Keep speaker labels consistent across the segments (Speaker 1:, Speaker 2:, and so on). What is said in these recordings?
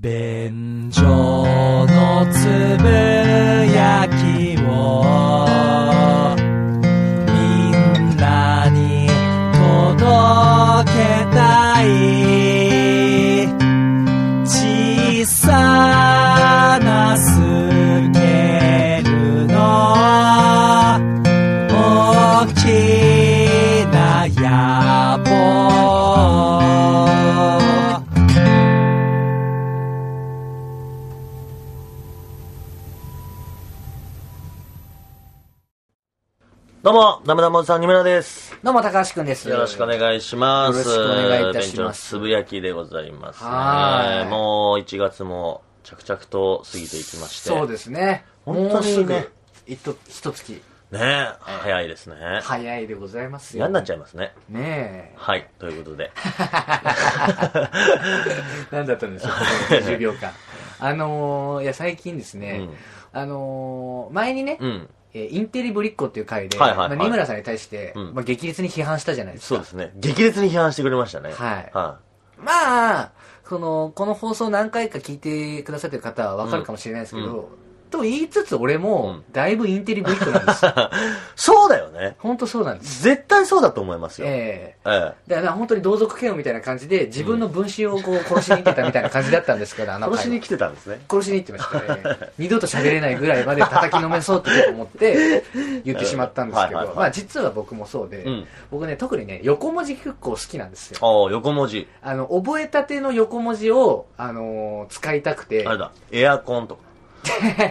Speaker 1: 便所のつぶやきをみんなに届けたい小さなスケールの大きな野望
Speaker 2: どうも、ダメダメおじさん、にめらです。
Speaker 3: どうも、高橋くんです。
Speaker 2: よろしくお願いします。
Speaker 3: よろしくお願いいたします
Speaker 2: ベンチのつぶやきでございます、ね。
Speaker 3: はーい
Speaker 2: もう1月も着々と過ぎていきまして。
Speaker 3: そうですね。
Speaker 2: 本当にね
Speaker 3: もうすぐ、ひと、ひと月、
Speaker 2: ねえ、早いですね。
Speaker 3: 早いでございますよ。
Speaker 2: 嫌になっち
Speaker 3: ゃ
Speaker 2: ゃいますね。
Speaker 3: う。ね
Speaker 2: はい、ということで。
Speaker 3: え。何だったんですか、この10 秒間。あのー、いや、最近ですね、あのー、前にね、
Speaker 2: うん、
Speaker 3: えーインテリブリッコっていう回で、
Speaker 2: はいはいはい
Speaker 3: まあ二村さんに対して、
Speaker 2: うん
Speaker 3: まあ、激烈に批判したじゃないです
Speaker 2: そう
Speaker 3: か
Speaker 2: で。すね。激烈に批判してくれましたね。
Speaker 3: はい
Speaker 2: は
Speaker 3: まあ、この、この放送何回か聞いてくださってる方はわかるかもしれないですけど、と言いつつ俺も、だいぶインテリブリッコな んですよ。
Speaker 2: い、そうだよね。
Speaker 3: 本当そうなんです。
Speaker 2: 絶対そうだと思いますよ。え
Speaker 3: ええ
Speaker 2: え
Speaker 3: だから本当に同族嫌悪みたいな感じで自分の分身をこう殺しに行ってたみたいな感じだったんですから、あの
Speaker 2: 殺し
Speaker 3: 回
Speaker 2: に
Speaker 3: は
Speaker 2: 来てたんですね。
Speaker 3: 殺しに行ってましたね二度と喋れないぐらいまで叩きのめそうって思って言ってしまったんですけ
Speaker 2: はいはいは
Speaker 3: ど
Speaker 2: い
Speaker 3: まあ実は僕もそうで、
Speaker 2: うん
Speaker 3: 僕ね特にね横文字結構好きなんですよ
Speaker 2: ああ、横文字。
Speaker 3: あの覚えたての横文字を、あのー使いたくて
Speaker 2: あれだ。エアコンとか。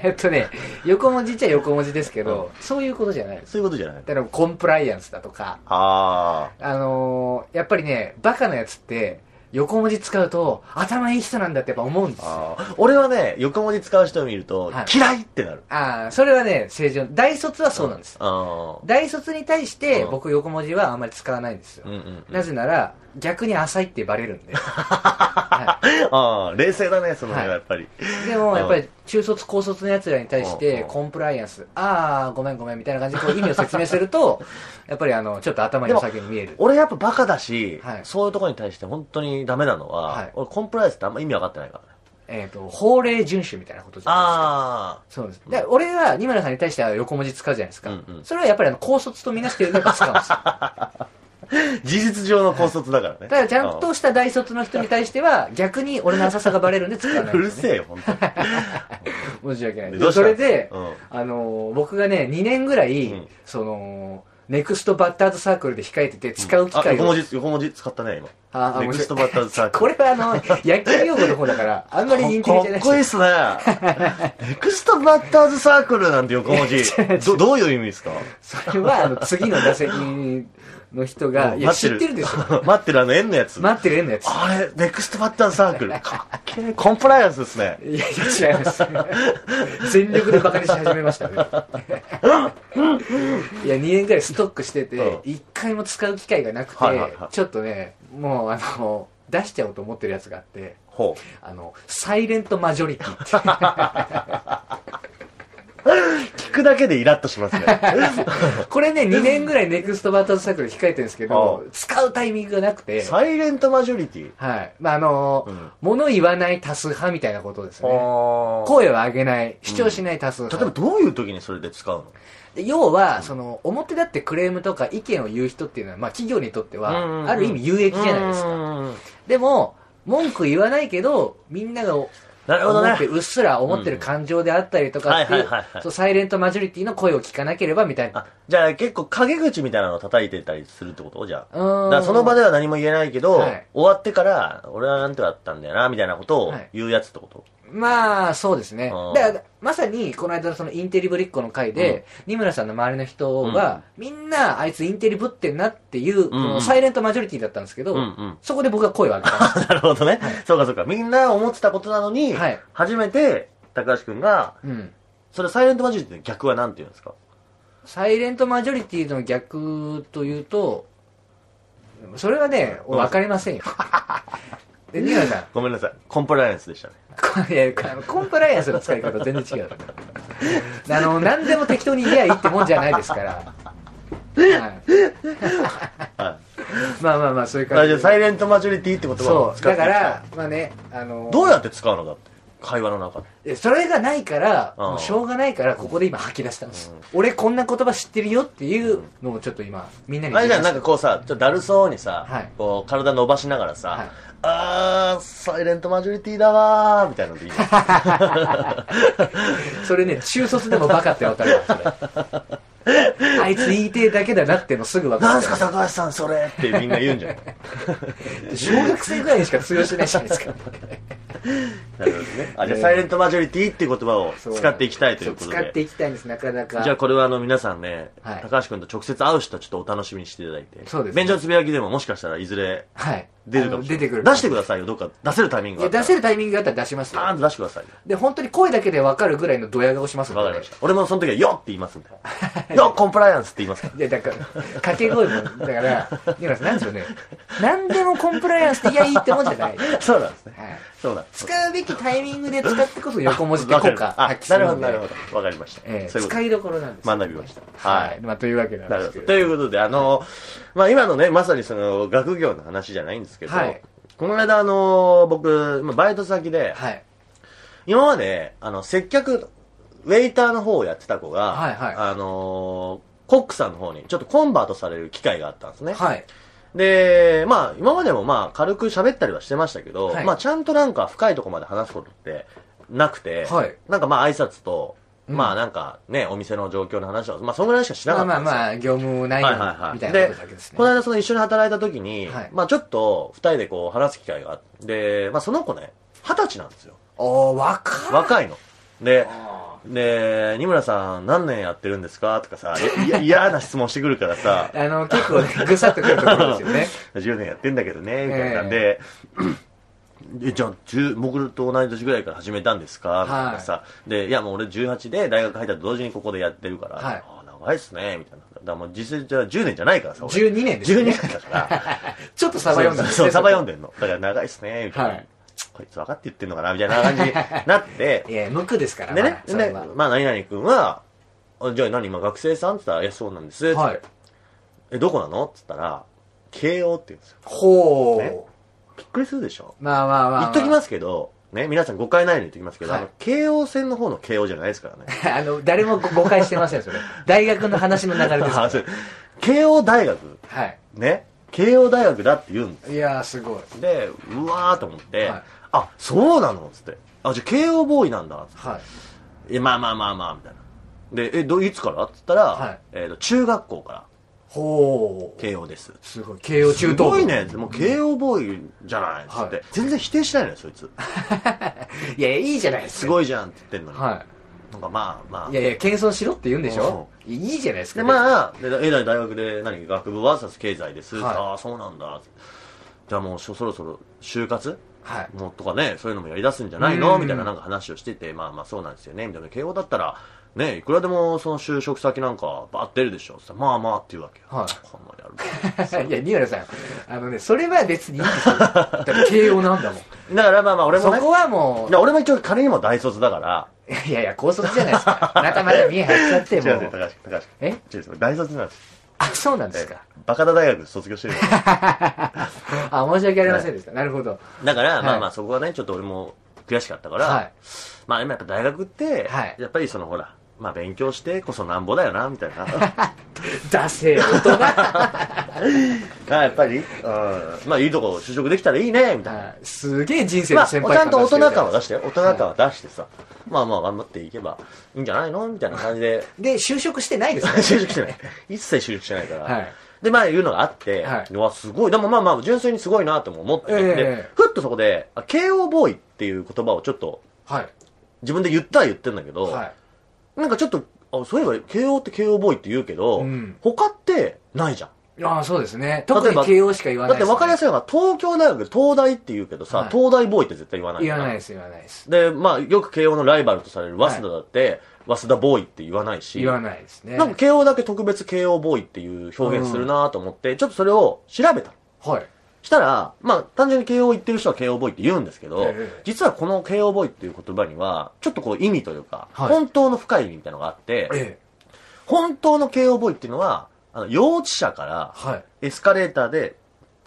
Speaker 3: えっとね横文字っちゃ横文字ですけど、そういうことじゃないです
Speaker 2: そういうことじゃない
Speaker 3: だからコンプライアンスだとか
Speaker 2: あ
Speaker 3: あのーやっぱりね、バカなやつって、横文字使うと、頭いい人なんだってやっぱ思うんで
Speaker 2: あ
Speaker 3: すよ。
Speaker 2: ああ。俺はね、横文字使う人を見ると
Speaker 3: はい、
Speaker 2: 嫌いってなる。
Speaker 3: ああ、それはね、正常。大卒はそうなんです。
Speaker 2: ああ。
Speaker 3: 大卒に対して、
Speaker 2: うん
Speaker 3: 僕横文字はあんまり使わないんですよ
Speaker 2: うん。うんうん。
Speaker 3: なぜなら、逆に浅いってバレるんで。は
Speaker 2: ああ、冷静だね、その辺はや
Speaker 3: は
Speaker 2: っぱり。
Speaker 3: い、でも、やっぱり、中卒、高卒の奴らに対し
Speaker 2: うん
Speaker 3: て
Speaker 2: う、ん
Speaker 3: コンプライアンス、ああ、ごめんごめんみたいな感じでこ う意味を説明すると、やっぱりあの、ちょっと頭良さげに見える。
Speaker 2: 俺やっぱバカだし、
Speaker 3: はい
Speaker 2: そういうところに対して本当にダメなのは、
Speaker 3: はい
Speaker 2: 俺コンプライアンスってあんま意味わかってないからね。
Speaker 3: えっ、と、法令遵守みたいなことじゃないですか。
Speaker 2: あ
Speaker 3: そうです。で、俺は、二村さんに対しては横文字使うじゃないですか。
Speaker 2: うんうん
Speaker 3: それはやっぱりあの、高卒とみなしてるから使うん ですよ。だか
Speaker 2: あ。事実上の高卒だからね。
Speaker 3: ら、ちゃん
Speaker 2: う
Speaker 3: とした大卒の人に対しては、逆に俺の浅さがバレるんで使わない、
Speaker 2: うるせえよ、本当に。
Speaker 3: 申し訳ない。
Speaker 2: で
Speaker 3: で、それで、
Speaker 2: うん
Speaker 3: あのー僕がね、2年ぐらい、
Speaker 2: うん
Speaker 3: その、ネクストバッターズサークルで控えてて使う機
Speaker 2: あ
Speaker 3: 会
Speaker 2: 横
Speaker 3: を、
Speaker 2: 文字、横文字使ったね、今。
Speaker 3: ああ
Speaker 2: ネクストバッターズサークル
Speaker 3: これはあの、野球用語の方だから、あんまり人気じゃない
Speaker 2: かっ
Speaker 3: です
Speaker 2: こいいっすね。 ネクストバッターズサークルなんて横文字。どどういう意味ですか
Speaker 3: それは、あの、次の打席の人が、いや、知ってるでし ょ。。
Speaker 2: 待ってるあの円のやつ。
Speaker 3: 待ってる絵のやつ。
Speaker 2: あれ、ネクストバッターズサー クル。かっけえ。コンプライアンスですね。
Speaker 3: いやいや違います。全力でバカにし始め ましたね。いや、2年ぐらいストックしてて、
Speaker 2: う
Speaker 3: 一回も使う機会がなくて
Speaker 2: はいはいはい、
Speaker 3: ちょっとね、もうあの、出しちゃおうと思ってるやつがあって、
Speaker 2: ほう。
Speaker 3: あの、サイレントマジョリティって
Speaker 2: 聞くだけでイラッとしますね。
Speaker 3: これね、2年ぐらいネクストバーターズサークル控えてるんですけど
Speaker 2: う、
Speaker 3: 使うタイミングがなくて、
Speaker 2: サイレントマジョリティ。
Speaker 3: はい。まあ、あの
Speaker 2: ん、
Speaker 3: 物言わない多数派みたいなことですね。
Speaker 2: こ
Speaker 3: 声を上げない、主張しない多数
Speaker 2: う例えば
Speaker 3: 派。
Speaker 2: どういう時にそれで使うの
Speaker 3: で要は、その、表だってクレームとか意見を言う人っていうのは、まあ企業にとって
Speaker 2: うんうんうん
Speaker 3: は、ある意味有益じゃないですか。
Speaker 2: か。
Speaker 3: でも、文句言わないけど、みんなが思
Speaker 2: なるほどね
Speaker 3: っ。て、うっすら思ってる感情であったりとかってい
Speaker 2: うん
Speaker 3: う
Speaker 2: はいはいはいはい
Speaker 3: そう、サイレントマジョリティの声を聞かなければみたいな
Speaker 2: あ。じゃあ結構陰口みたいなのを叩いてたりするってことじゃあ。
Speaker 3: うーん
Speaker 2: だからその場では何も言えないけど、
Speaker 3: はい
Speaker 2: 終わってから、俺はなんてだったんだよな、みたいなことを
Speaker 3: はい
Speaker 2: 言うやつってこと、
Speaker 3: まあ、そうですね
Speaker 2: あ。ー
Speaker 3: だから、まさに、この間のそのインテリブリッコの回で、二村さんの周りの人が、みんな、あいつインテリぶってんなっていう、こ
Speaker 2: うんうん
Speaker 3: のサイレントマジョリティだったんですけど
Speaker 2: うんうん、
Speaker 3: そこで僕が声を上げたんです。
Speaker 2: なるほどね。そうかそうか。みんな思ってたことなの に、
Speaker 3: はい
Speaker 2: 初めて高橋くんが、
Speaker 3: うん。
Speaker 2: それサイレントマジョリティの逆は何て言うんですか
Speaker 3: サイレントマジョリティの逆というと、それはね、
Speaker 2: うん
Speaker 3: わかりません よ。で、ニラさん
Speaker 2: ごめんなさい。コンプライアンスでしたね。
Speaker 3: これ、あのコンプライアンスの使い方全然違う。あの、何でも適当に言えばいいってもんじゃないですから。はい
Speaker 2: はい。
Speaker 3: まあまあまあ、そういう感
Speaker 2: 大丈
Speaker 3: じで。
Speaker 2: 夫サイレントマジョリティって言葉を
Speaker 3: そう。
Speaker 2: 使っ
Speaker 3: だ
Speaker 2: て
Speaker 3: から、まあね、あの、
Speaker 2: どうやって使うのだって会話の中で
Speaker 3: えそれがないから、
Speaker 2: うん
Speaker 3: もうしょうがないから、ここで今吐き出したんです。俺こんな言葉知ってるよっていうのをちょっと今、みんなに
Speaker 2: あれじゃんなん
Speaker 3: ん
Speaker 2: かこうさちょっとだるそうにさ、
Speaker 3: はい
Speaker 2: こう体伸ばしながらさ、
Speaker 3: はい
Speaker 2: あーサイレントマジョリティだわーみたいなのでいいの
Speaker 3: それね、中卒でもバカってわかるわ、 それあいつ言いてえだけだ なってのすぐわかる。
Speaker 2: なんすか 高橋さんそれってみんな言うんじゃない
Speaker 3: 小学生ぐらいにしか通用しないじゃないですか。
Speaker 2: なるほどねあじゃあサイレントマジョリティっていう言葉を使っていきたいということ
Speaker 3: そう使って
Speaker 2: で
Speaker 3: いきたいんです、なかなか。
Speaker 2: じゃあこれはあの皆さんね、
Speaker 3: はい
Speaker 2: 高橋君と直接会う人はちょっとお楽しみにしていただいて
Speaker 3: そうですね
Speaker 2: 便所つぶやきでももしかしたらいずれ
Speaker 3: はい。
Speaker 2: 出るかもしれ
Speaker 3: あの
Speaker 2: ない
Speaker 3: 出てくる。
Speaker 2: 出してくださいよどっか出せるタイミングがあ
Speaker 3: いや、
Speaker 2: った
Speaker 3: 出
Speaker 2: ら
Speaker 3: せるタイミングがあったら出します
Speaker 2: パ
Speaker 3: よ。
Speaker 2: ーンと出してくださいよ
Speaker 3: で、本当に声だけでわかるぐらいのドヤ顔します
Speaker 2: わかりました。俺もその時は、よっって言いますん で。よっコンプライアンスって言いますから。
Speaker 3: いや、だから、掛け声も、だから、ニラさん、なんですよね。何でもコンプライアンスって、いや、いいってもんじゃない。はい。
Speaker 2: そうなんですね。そうなんです。
Speaker 3: 使うべきタイミングで使ってこそ 横文字って
Speaker 2: わか
Speaker 3: 効
Speaker 2: りまし
Speaker 3: 果
Speaker 2: たあ
Speaker 3: 発揮、す
Speaker 2: なる
Speaker 3: る
Speaker 2: ほ
Speaker 3: の
Speaker 2: ど、
Speaker 3: で。
Speaker 2: なるほど。わかりました。
Speaker 3: ええ
Speaker 2: そういうこ
Speaker 3: 使いどころなんです。
Speaker 2: と。学びました。
Speaker 3: は。
Speaker 2: はいい。
Speaker 3: まあ、というわけなん
Speaker 2: なる
Speaker 3: です
Speaker 2: ほ
Speaker 3: け
Speaker 2: ど。と
Speaker 3: ど。
Speaker 2: いうことで、あの、まあ今のね、まさにその、学業の話じゃないんですけど
Speaker 3: はい、
Speaker 2: この間、あの、僕、まあバイト先で、
Speaker 3: はい。
Speaker 2: 今まで、あの、接客、ウェイターの方をやってた子が、
Speaker 3: はいはい
Speaker 2: あの、コックさんの方に、ちょっとコンバートされる機会があったんですね。
Speaker 3: はい。
Speaker 2: で、まあ、今までもまあ、軽く喋ったりはしてましたけど、
Speaker 3: はい
Speaker 2: まあ、ちゃんとなんか深いところまで話すことってなくて、
Speaker 3: はい
Speaker 2: なんかまあ、挨拶と、
Speaker 3: うん
Speaker 2: まあ、なんかね、お店の状況の話は、まあ、そんぐらいしかしな
Speaker 3: ま
Speaker 2: か
Speaker 3: あ
Speaker 2: っ
Speaker 3: ま
Speaker 2: た
Speaker 3: あ
Speaker 2: んですよ。
Speaker 3: まあ、業務内
Speaker 2: はいはい
Speaker 3: 容
Speaker 2: はい
Speaker 3: みたいなことだけですね。
Speaker 2: この間、その一緒に働いた時に、
Speaker 3: はい
Speaker 2: まあ、ちょっと、二人でこう、話す機会があって、で、まあ、その子ね、二十歳なんですよ。
Speaker 3: おー、若い。
Speaker 2: 若いの。で、
Speaker 3: あ
Speaker 2: で、二村さん、何年やってるんですかとかさ、いや嫌な質問してくるからさ、
Speaker 3: ーあの、結構ね、ぐさっとくるところですよ ね。
Speaker 2: 10年やってんだけどね、みたいなんで、えじゃあ、10僕と同い年ぐらいから始めたんですかみたいなさ、で、いや、もう俺18で大学入ったと同時にここでやってるから、
Speaker 3: はい
Speaker 2: あ長いっすね、みたいな。だからもう実際じゃあ10年じゃないからさ、俺。
Speaker 3: 12年です
Speaker 2: 12
Speaker 3: ね。
Speaker 2: 年だから。
Speaker 3: ちょっと サバ読んだんです
Speaker 2: そう、
Speaker 3: ね。
Speaker 2: サバ読んでんの。だから長いっすね、みたいな。
Speaker 3: はい
Speaker 2: こいつ分かって言ってんのかな、みたいな感じになって、
Speaker 3: いや、無垢ですから
Speaker 2: で
Speaker 3: ま
Speaker 2: ね
Speaker 3: あ、そ
Speaker 2: で
Speaker 3: れ
Speaker 2: ね
Speaker 3: は
Speaker 2: まあ、何々君は、あじゃあ何今学生さんって言ったら、いや、そうなんです。
Speaker 3: はい。
Speaker 2: え、どこなのって言ったら、慶応って言うんですよ。
Speaker 3: ほ
Speaker 2: ね
Speaker 3: う。
Speaker 2: びっくりするでしょ
Speaker 3: まあまあまあ。。
Speaker 2: 言っときますすけど、ね、皆さん誤解ないように言っときますけど、
Speaker 3: はい
Speaker 2: あの、京王線の方の京王じゃないですからね。
Speaker 3: あの、誰もご誤解してません、それ。大学の話の流れです か
Speaker 2: あ
Speaker 3: ら。
Speaker 2: そう慶応大学、
Speaker 3: はい。
Speaker 2: ね、慶応大学だって言うん
Speaker 3: いやー、すごい。
Speaker 2: で、うわーと思って、
Speaker 3: はい
Speaker 2: あ、そうなのっつって。あ、じゃあ慶応ボーイなんだっつっ
Speaker 3: はい。
Speaker 2: て。え、まあまあまあまあ、みたいな。で、え、ど、いつからっつったら、
Speaker 3: はい
Speaker 2: えっ、と、中学校から
Speaker 3: ほう。
Speaker 2: 慶応です。
Speaker 3: すごい。慶応中
Speaker 2: す
Speaker 3: 等部。
Speaker 2: ごいね。もう慶応ボーイじゃないっつって、
Speaker 3: はい
Speaker 2: 全然否定しないのよ、そいつ。
Speaker 3: いやいや、いいじゃないですすか。
Speaker 2: ごいじゃんって言ってんのに。
Speaker 3: は
Speaker 2: なんかまあまあ
Speaker 3: い。い。やいや、謙遜しろって言うんでしょいい じゃないですか。
Speaker 2: でまあでえらい大学で何学部 VS 経済です、
Speaker 3: はい
Speaker 2: ああそうなんだじゃあもうそそろそろ就活
Speaker 3: はい。
Speaker 2: もうとかねそういうのもやりだすんじゃないの
Speaker 3: うん
Speaker 2: みたいななんか話をしててまあまあそうなんですよねみたいな慶応だったらねいくらでもその就職先なんかバーって出るでしょつったらまあまあっていうわけよ、
Speaker 3: はい
Speaker 2: こんなのやる
Speaker 3: いや、ニューラさん、あのね、それは別にいいん ですよ。だから慶応なんだもん。
Speaker 2: のだからまあまあ俺
Speaker 3: そ
Speaker 2: もね
Speaker 3: こはも
Speaker 2: いや俺も一応仮にも大卒だから
Speaker 3: う、いやいや、高卒じゃないですか。仲間で見え張っちゃって、
Speaker 2: 違う
Speaker 3: も
Speaker 2: 違う
Speaker 3: う。
Speaker 2: 高橋高橋
Speaker 3: え
Speaker 2: 違う違う大卒なんです
Speaker 3: あ、そうなんですか。
Speaker 2: バカ田大学卒業してるから
Speaker 3: あ、申し訳ありませんでした。なるほど。
Speaker 2: だから、
Speaker 3: はい
Speaker 2: まあまあそこはねちょっと俺も悔しかったから、
Speaker 3: はい。
Speaker 2: まあでもやっぱ大学って、
Speaker 3: はい
Speaker 2: やっぱりそのほら、まあ勉強してこそなんぼだよな、みたいな。 あ
Speaker 3: ダセえ大人。
Speaker 2: やっぱり、うん、まあいいとこ就職できたらいいね、みたいな。
Speaker 3: はいすげえ人生
Speaker 2: ま
Speaker 3: の
Speaker 2: あ、ちゃ
Speaker 3: 先輩
Speaker 2: んと大人感は出
Speaker 3: し
Speaker 2: してよ。大人感は出してさ。まあまあ頑張っていけばいいんじゃないのみたいな感じで。
Speaker 3: で、就職してないですね。
Speaker 2: 就職してない。一切就職してないから。
Speaker 3: はい
Speaker 2: で、まあいうのがあって、
Speaker 3: はいう
Speaker 2: わ、すごい。でもまあまあ、純粋にすごいなとも思ってて、
Speaker 3: ええ
Speaker 2: でふっとそこで、あ慶応ボーイっていう言葉をちょっと
Speaker 3: はい。
Speaker 2: 自分で言ったは言ってんだけど、
Speaker 3: はい。
Speaker 2: なんかちょっと、あそういえば、慶応って慶応ボーイって言うけど、
Speaker 3: うん
Speaker 2: 他ってないじゃん。
Speaker 3: ああ、そうですね。
Speaker 2: 例えば
Speaker 3: 特に慶応しか言わ
Speaker 2: だ
Speaker 3: な
Speaker 2: っ
Speaker 3: い
Speaker 2: て
Speaker 3: ですね。
Speaker 2: 分かりやすいのが、東京大学、東大って言うけどさ、
Speaker 3: はい
Speaker 2: 東大ボーイって絶対言わないじゃ
Speaker 3: 言
Speaker 2: ん
Speaker 3: わないです、言わないです。
Speaker 2: で、まあ、よく慶応のライバルとされる早稲田だって、早稲田ボーイって言わないし、
Speaker 3: 言わないですね。
Speaker 2: なんか慶応だけ特別慶応ボーイっていう表現するなと思って、ちょっとそれを調べたの。
Speaker 3: はい。
Speaker 2: したら、まあ、単純に慶応言ってる人は慶応ボーイって言うんですけど、
Speaker 3: ええ
Speaker 2: 実はこの慶応ボーイっていう言葉には、ちょっとこう意味というか、
Speaker 3: はい
Speaker 2: 本当の深い意味みたいなのがあって、
Speaker 3: ええ。
Speaker 2: 本当の慶応ボーイっていうのは、あの幼稚舎から
Speaker 3: はい。
Speaker 2: エスカレーターで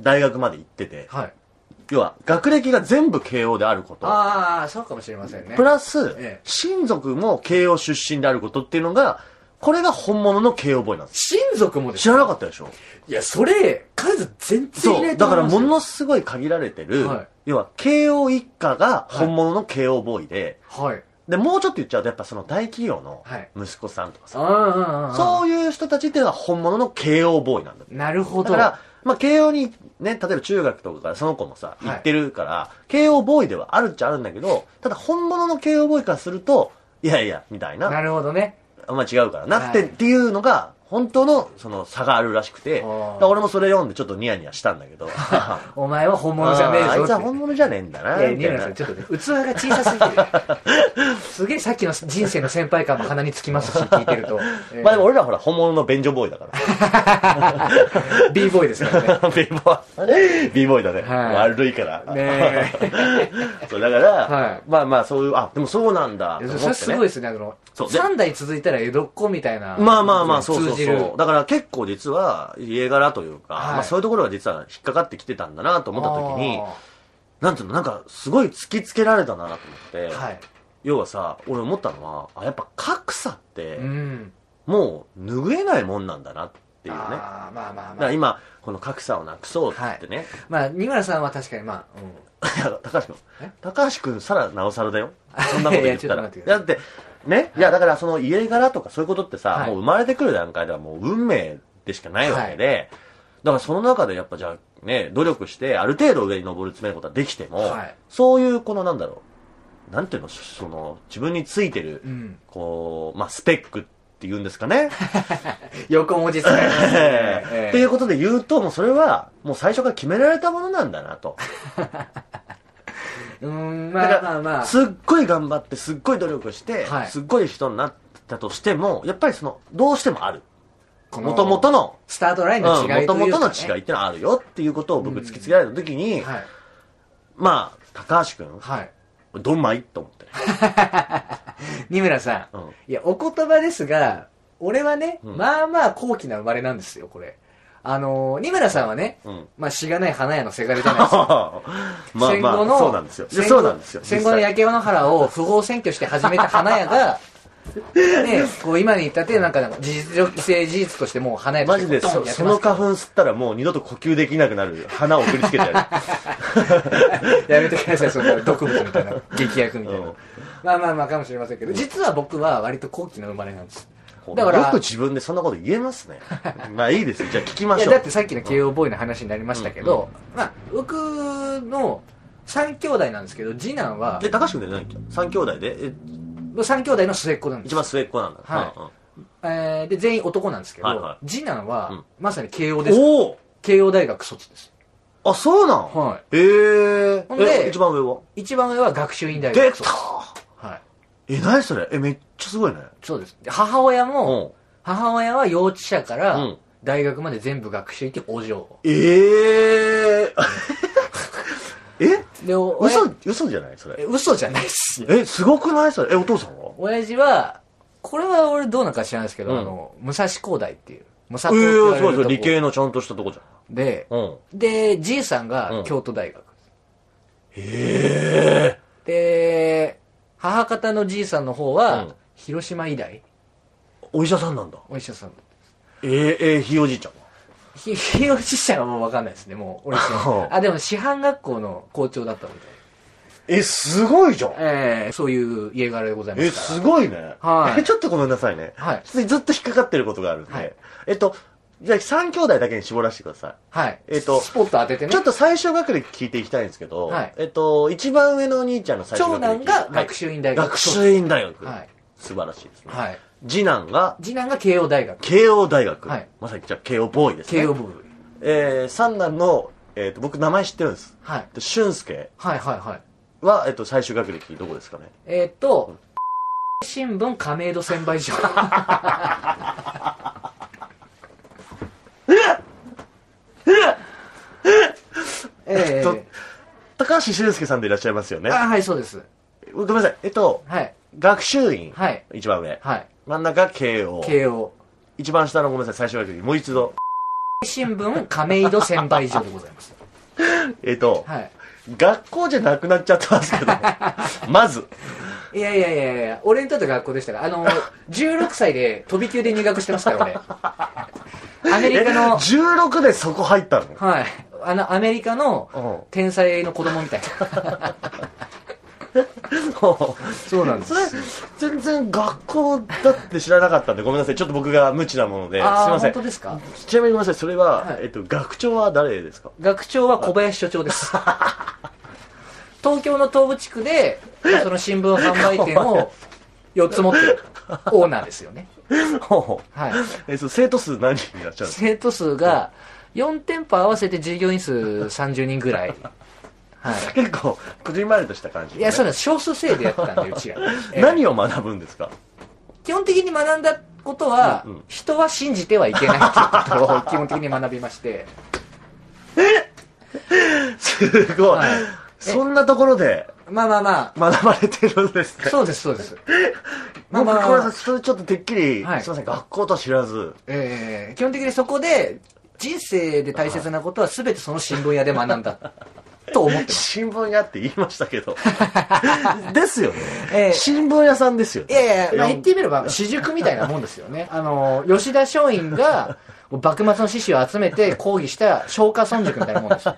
Speaker 2: 大学まで行ってて、
Speaker 3: はい。
Speaker 2: 要は学歴が全部慶応であること、
Speaker 3: ああ、そうかもしれませんね。
Speaker 2: プラス
Speaker 3: ええ、
Speaker 2: 親族も慶応出身であることっていうのが、これが本物の慶応ボーイなんです。
Speaker 3: 親族もです
Speaker 2: 知
Speaker 3: よ。
Speaker 2: らなかったでしょ
Speaker 3: いや、それ、数全然い
Speaker 2: そ
Speaker 3: な
Speaker 2: う。
Speaker 3: いと
Speaker 2: だか
Speaker 3: 思
Speaker 2: ら
Speaker 3: いますよ
Speaker 2: ものすごい限られてる、
Speaker 3: はい
Speaker 2: 要は慶応一家が本物の慶応ボーイで、
Speaker 3: はい。
Speaker 2: で、もうちょっと言っちゃうとやっぱその大企業の
Speaker 3: はい
Speaker 2: 息子さんとかさ、
Speaker 3: ああ、
Speaker 2: そういう人たちっていうのは本物の慶応ボーイなんだって
Speaker 3: う。なるほ
Speaker 2: だ
Speaker 3: ど。
Speaker 2: から、まあ、慶応にね、例えば中学とかからその子もさ、
Speaker 3: はい
Speaker 2: 行ってるから、慶応ボーイではあるっちゃあるんだけど、ただ本物の慶応ボーイからすると、いやいや、みたいな、
Speaker 3: なるほどね。
Speaker 2: あんま違うからなって、
Speaker 3: はい
Speaker 2: っていうのが、本当のその差があるらしくて、だ
Speaker 3: あ
Speaker 2: か
Speaker 3: ー
Speaker 2: ら俺もそれ読んでちょっとニヤニヤしたんだ けど、あ
Speaker 3: お前は本物じゃねえぞ
Speaker 2: ーあいつは
Speaker 3: って
Speaker 2: 本物じゃねえんだな、
Speaker 3: いや、
Speaker 2: み
Speaker 3: 二
Speaker 2: たい
Speaker 3: 村さ、。
Speaker 2: なん
Speaker 3: ちょっとね、器が小さすぎる。すげえさっきの人生の先輩感も鼻につきますし、聞い てると。えー
Speaker 2: まあでも俺らほら本物の便所ボーイだか
Speaker 3: b ボーイですからね。
Speaker 2: ら。貧乏。貧乏だね。
Speaker 3: はい
Speaker 2: 悪いから。
Speaker 3: ね
Speaker 2: そうだから、
Speaker 3: はい
Speaker 2: まあまあそういう、あ、でもそうなんだと
Speaker 3: え。
Speaker 2: 思って、ね。
Speaker 3: それすごいですね。あの、
Speaker 2: そうで
Speaker 3: 3代続いたら江戸っ子みたいな。
Speaker 2: まあまあまあ、そうそう
Speaker 3: 通じる
Speaker 2: そう。だから結構実は、家柄というか、
Speaker 3: はい
Speaker 2: まあそういうところが実は引っかかってきてたんだなと思った時に
Speaker 3: あ、
Speaker 2: なんていうの、なんかすごい突きつけられたなと思って、
Speaker 3: ーはい。
Speaker 2: 要はさ、俺思ったのは、あ、やっぱ格差って
Speaker 3: う、ん。
Speaker 2: もう拭えないもんなんだなっていうね。だか
Speaker 3: あーまあまあま
Speaker 2: ら
Speaker 3: あ。
Speaker 2: 今、この格差をなくそうってね、
Speaker 3: まあ、二村さんは確かにまあ、うん
Speaker 2: いや高橋君
Speaker 3: え
Speaker 2: 高橋君さらなおさら だよそんなこと言った
Speaker 3: いやちょっと
Speaker 2: ら
Speaker 3: 待ってくだ
Speaker 2: だ
Speaker 3: さ
Speaker 2: ってねいやだからその家柄とかそういうことってさ、
Speaker 3: はい
Speaker 2: もう生まれてくる段階ではもう運命でしかないわけで、だからその中でやっぱじゃあね努力してある程度上に上り詰めることはできても、
Speaker 3: はい
Speaker 2: そういうこのなんだろうなんていうのその自分についてる、
Speaker 3: うん。
Speaker 2: こうまあスペックって言うんですかね、
Speaker 3: 横文字使いますね え
Speaker 2: ってい
Speaker 3: え
Speaker 2: う ことで言うともうそれはもう最初から決められたものなんだなと
Speaker 3: うん、
Speaker 2: だ
Speaker 3: ま
Speaker 2: か
Speaker 3: あまあ
Speaker 2: ら
Speaker 3: まあ。
Speaker 2: すっごい頑張ってすっごい努力して、
Speaker 3: はい
Speaker 2: すっごい人になったとしてもやっぱりそのどうしてもある
Speaker 3: この
Speaker 2: もともとの
Speaker 3: スタートラインの違いという
Speaker 2: も
Speaker 3: か、
Speaker 2: と
Speaker 3: ね。
Speaker 2: もとの違いってのはあるよっていうことを僕突きつけられた時に、
Speaker 3: はい。
Speaker 2: まあ高橋君
Speaker 3: はい。
Speaker 2: どんまいと思って、
Speaker 3: 二村さん、
Speaker 2: うん
Speaker 3: いや、お言葉ですが、俺はね、
Speaker 2: うん
Speaker 3: まあまあ高貴な生まれなんですよ、これ。あのー、二村さんはね、
Speaker 2: うん、
Speaker 3: まあ、しがない花屋のせがれじゃないですか。
Speaker 2: まあ
Speaker 3: 戦
Speaker 2: ま
Speaker 3: 後の、
Speaker 2: あそうなんですよいや
Speaker 3: 戦後
Speaker 2: そうなんですよ
Speaker 3: 戦後の
Speaker 2: 実際
Speaker 3: 焼け野原を不法占拠して始めた花屋が、ね、こう今に至ってなんかなんか事実上既成事実としてもう花屋と
Speaker 2: マ
Speaker 3: して
Speaker 2: ジで
Speaker 3: ドーン
Speaker 2: そ
Speaker 3: ってやって
Speaker 2: そ
Speaker 3: ま
Speaker 2: の
Speaker 3: すか
Speaker 2: 花粉吸ったらもう二度と呼吸できなくなる花を送りつけて やる
Speaker 3: やめてください、その毒物みたいな、劇薬みたい
Speaker 2: うん
Speaker 3: な。まあまあまあかもしれませんけど、実は僕は割と高貴な生まれなんです。だ
Speaker 2: だ
Speaker 3: か
Speaker 2: かららよく自分でそんなこと言えます ねまあいいですよじゃあ聞きま
Speaker 3: い
Speaker 2: し
Speaker 3: や
Speaker 2: ょう
Speaker 3: だってさっきの慶応ボーイの話になりましたけど、まあ僕の3兄弟なんですけど次男は
Speaker 2: え高橋君で何3兄弟でえ
Speaker 3: 3兄弟の末っ子なんで
Speaker 2: 一
Speaker 3: す、
Speaker 2: 番末っ子なんだ
Speaker 3: はい
Speaker 2: うんうん
Speaker 3: えーで全員男なんですけど、
Speaker 2: はいはい
Speaker 3: 次男は、
Speaker 2: うん
Speaker 3: まさに慶応です
Speaker 2: おお
Speaker 3: 慶応大学卒です
Speaker 2: あ、そうなん
Speaker 3: は
Speaker 2: ええ
Speaker 3: ほんで
Speaker 2: え一番上は
Speaker 3: 一番上は学習院大
Speaker 2: 出
Speaker 3: 学
Speaker 2: た
Speaker 3: 卒はい
Speaker 2: え、何それえ、めっちゃすごいね。
Speaker 3: そうですで母親
Speaker 2: う
Speaker 3: も、
Speaker 2: ん。
Speaker 3: 母親は幼稚舎か
Speaker 2: う
Speaker 3: ら
Speaker 2: ん
Speaker 3: 大学まで全部学習行ってお嬢
Speaker 2: えええ
Speaker 3: でお親
Speaker 2: 嘘、嘘じゃないそ
Speaker 3: え
Speaker 2: れ。
Speaker 3: 嘘じゃないっすよ
Speaker 2: え、すごくないそれ。え、お父さんは
Speaker 3: 親父はこれは俺どうなんか知らないですけど、
Speaker 2: うん
Speaker 3: あの武蔵工大っていう武蔵
Speaker 2: ええ
Speaker 3: 工って言われ
Speaker 2: す
Speaker 3: ると
Speaker 2: ごい
Speaker 3: こ
Speaker 2: すごい。理系のちゃんとしたとこじゃ
Speaker 3: で、
Speaker 2: ん。うん。
Speaker 3: で、じいさん
Speaker 2: う
Speaker 3: が
Speaker 2: ん
Speaker 3: 京都大学。
Speaker 2: ええ
Speaker 3: で、母方のじいさんの方
Speaker 2: うん
Speaker 3: は、広島医大、
Speaker 2: お医者さんなんだ。
Speaker 3: お医者さん。
Speaker 2: ええええひいおじいちゃんは。
Speaker 3: ひ、ひおじさんはもうわかんないですね、もう。俺知 らないあ、でも、師範学校の校長だったみたい。
Speaker 2: え、すごいじゃん。
Speaker 3: ええそういう家柄でございま
Speaker 2: え、
Speaker 3: すか
Speaker 2: す
Speaker 3: ら。
Speaker 2: ごいね。
Speaker 3: はい
Speaker 2: え、ちょっとごめんなさいね。
Speaker 3: はい
Speaker 2: ちょっとずっと引っかかってることがあるんで。
Speaker 3: はい
Speaker 2: えっと、じゃあ3兄弟だけに絞らせてください。
Speaker 3: はい。
Speaker 2: えっと
Speaker 3: スポット当ててね。
Speaker 2: ちょっと最小学歴聞いていきたいんですけど、
Speaker 3: はい
Speaker 2: えっと、一番上のお兄ちゃんの最小
Speaker 3: 長
Speaker 2: 学歴。
Speaker 3: 男が学習院
Speaker 2: は
Speaker 3: 大
Speaker 2: い
Speaker 3: 学。
Speaker 2: 学習院大学、
Speaker 3: はい
Speaker 2: 素晴らしいですね。
Speaker 3: はい。
Speaker 2: 次男が
Speaker 3: 次男が慶応大学。
Speaker 2: 慶応大学。
Speaker 3: はい
Speaker 2: まさにじゃあ慶応ボーイですね。
Speaker 3: 慶応部。
Speaker 2: えー、三男の、えっ、と、僕名前知ってるんです。
Speaker 3: はい。
Speaker 2: で俊介
Speaker 3: はいはいはい。
Speaker 2: は、えっと、最終学歴どこですかね。
Speaker 3: えっと、新聞亀戸専 売所。ええ
Speaker 2: と高橋俊介さんでいらっしゃいますよね。
Speaker 3: あ、はい、そうです。
Speaker 2: ごめんなさい。えっと、
Speaker 3: はい、
Speaker 2: 学習院、
Speaker 3: はい、
Speaker 2: 一番上。
Speaker 3: はい。
Speaker 2: 真ん中慶応。
Speaker 3: 慶応。
Speaker 2: 一番下のごめんなさい、最初の時もう一度。
Speaker 3: 新聞亀戸専売所でございます。
Speaker 2: えっと、
Speaker 3: はい。
Speaker 2: 学校じゃなくなっちゃったんですけど、 まず、
Speaker 3: いやいやいやいや、俺にとって学校でしたから、あの、16歳で飛び級で入学してますから、 俺。アメ
Speaker 2: え
Speaker 3: リカの、
Speaker 2: 16でそこ入ったの
Speaker 3: はい。あの、アメリカの
Speaker 2: う
Speaker 3: 天才の子供みたいな。そうなんで
Speaker 2: それ。全然学校だって知らなかったんでごめんなさいちょっと僕が無知なもので
Speaker 3: あ
Speaker 2: すい
Speaker 3: ー
Speaker 2: ません
Speaker 3: 本当ですか
Speaker 2: ちなみにごめんなさいそれは、
Speaker 3: はい
Speaker 2: えっと、学長は誰ですか
Speaker 3: 学長は小林所 長です。東京の東部地区で、その新聞販売店 を4つ持ってるオーナーですよね。はい。
Speaker 2: えそう生徒数何人いらっしゃるんですか
Speaker 3: 生徒数が4店舗合わせて従業員数30人ぐらい。はい。
Speaker 2: 結構こじんまりとした感じの
Speaker 3: い
Speaker 2: ね、
Speaker 3: や、そうなんです。少数制でやってたんで、うち が。ええ
Speaker 2: 何を学ぶんですか
Speaker 3: 基本的に学んだことは、
Speaker 2: うんうん
Speaker 3: 人は信じてはいけないっていうことを基本的に学びまして。
Speaker 2: すごい、
Speaker 3: はい
Speaker 2: そんなところで
Speaker 3: まあまあ ま
Speaker 2: 学ばれてるんです
Speaker 3: あ、
Speaker 2: ね
Speaker 3: そうです、そ うです。まあ
Speaker 2: 僕
Speaker 3: ま
Speaker 2: ごめんなさ
Speaker 3: あ
Speaker 2: い、それちょっとてっきり、
Speaker 3: はい
Speaker 2: すいません学校とは知らず
Speaker 3: ええ基本的にそこで、人生で大切なことは全てその新聞屋で学ん だ。と思ってます。
Speaker 2: 新聞屋って言いましたけ どですよね、
Speaker 3: ええ
Speaker 2: 新聞屋さんですよね
Speaker 3: いやいや、まあ、
Speaker 2: いや
Speaker 3: 言ってみれば、私塾みたいなもんですよね。 あの、吉田松陰が、幕末の志士を集めて抗議した松下村塾みたいなもんです よ。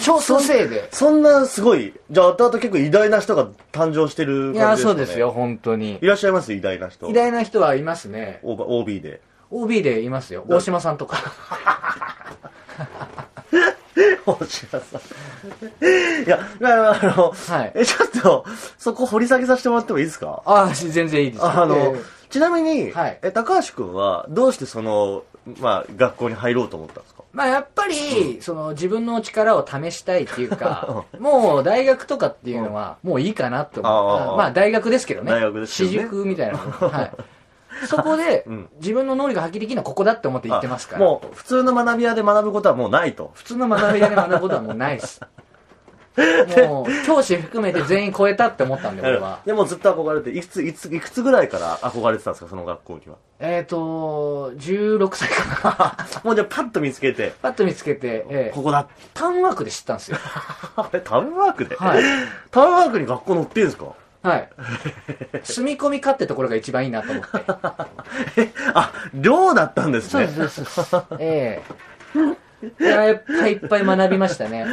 Speaker 3: 少数制で。
Speaker 2: そんなすごい、じゃあ後々結構偉大な人が誕生してる感じですか、ね、
Speaker 3: いや、そうですよ、。本当に
Speaker 2: い。らっしゃいます偉大な人。
Speaker 3: 偉大な人はいますね。
Speaker 2: O- OB で。
Speaker 3: OB でいますよ。大島さんとか。
Speaker 2: 大島さん。いや、まああの、
Speaker 3: はい
Speaker 2: え、ちょっと、そこ掘り下げさせてもらってもいいですか
Speaker 3: ああ、全然いいですよ。
Speaker 2: あの、
Speaker 3: え
Speaker 2: ちなみに、
Speaker 3: はい
Speaker 2: え、高橋くんは、どうしてその、まあ、学校に入ろうと思ったんですか
Speaker 3: まあやっぱり、その自分の力を試したいっていう か、もう大学とかっていうのは、もういいかなって思っ
Speaker 2: あ
Speaker 3: た。
Speaker 2: あ
Speaker 3: まあ大学ですけどね。
Speaker 2: 大学ですよね
Speaker 3: 私塾みたい なもの。はい。そこで
Speaker 2: うん、
Speaker 3: 自分の能力発揮できるのはここだって思って行ってますから。
Speaker 2: もう、普通の学び屋で学ぶことはもうないと。
Speaker 3: 普通の学び屋で学ぶことはもうない です。もう、教師含めて全員超えたって思ったんで、俺は。
Speaker 2: でもずっと憧れて、いくつ、いつ、いくつぐらいから憧れてたんですかその学校には。
Speaker 3: えっと、16歳かな。
Speaker 2: もうじゃあパッと見つけて、
Speaker 3: パッと見つけて、ええ
Speaker 2: ここだ
Speaker 3: タウンワークで知ったんですよ。
Speaker 2: あれ、タウンワークで、
Speaker 3: はい
Speaker 2: タウンワークに学校乗ってんですか
Speaker 3: はい。住み込みかってところが一番いいなと思って。
Speaker 2: えあ、寮だったんです
Speaker 3: そう
Speaker 2: ね。
Speaker 3: です、そうです。ええ。いや、いっぱいいっぱい学びましたね。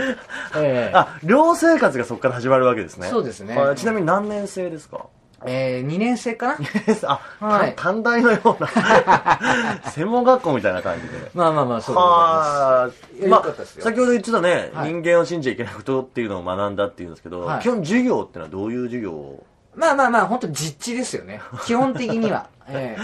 Speaker 3: ええ。
Speaker 2: あ、寮生活がそこから始まるわけですね。
Speaker 3: そうですね
Speaker 2: あちなみに何年生ですか
Speaker 3: ええ、2年生かな
Speaker 2: あ、
Speaker 3: はい
Speaker 2: 短大のよう な、専門学校みたいな感じで。
Speaker 3: まあまあまあ、そうでございます。
Speaker 2: はい
Speaker 3: や
Speaker 2: ま
Speaker 3: よかった
Speaker 2: あ、
Speaker 3: ですよ
Speaker 2: 先ほど言ってたね、
Speaker 3: はい
Speaker 2: 人間を信じちゃいけないことっていうのを学んだっていうんですけど、
Speaker 3: はい
Speaker 2: 基本授業ってのはどういう授業を
Speaker 3: まあまあまあ、本当実地ですよね。基本的には。え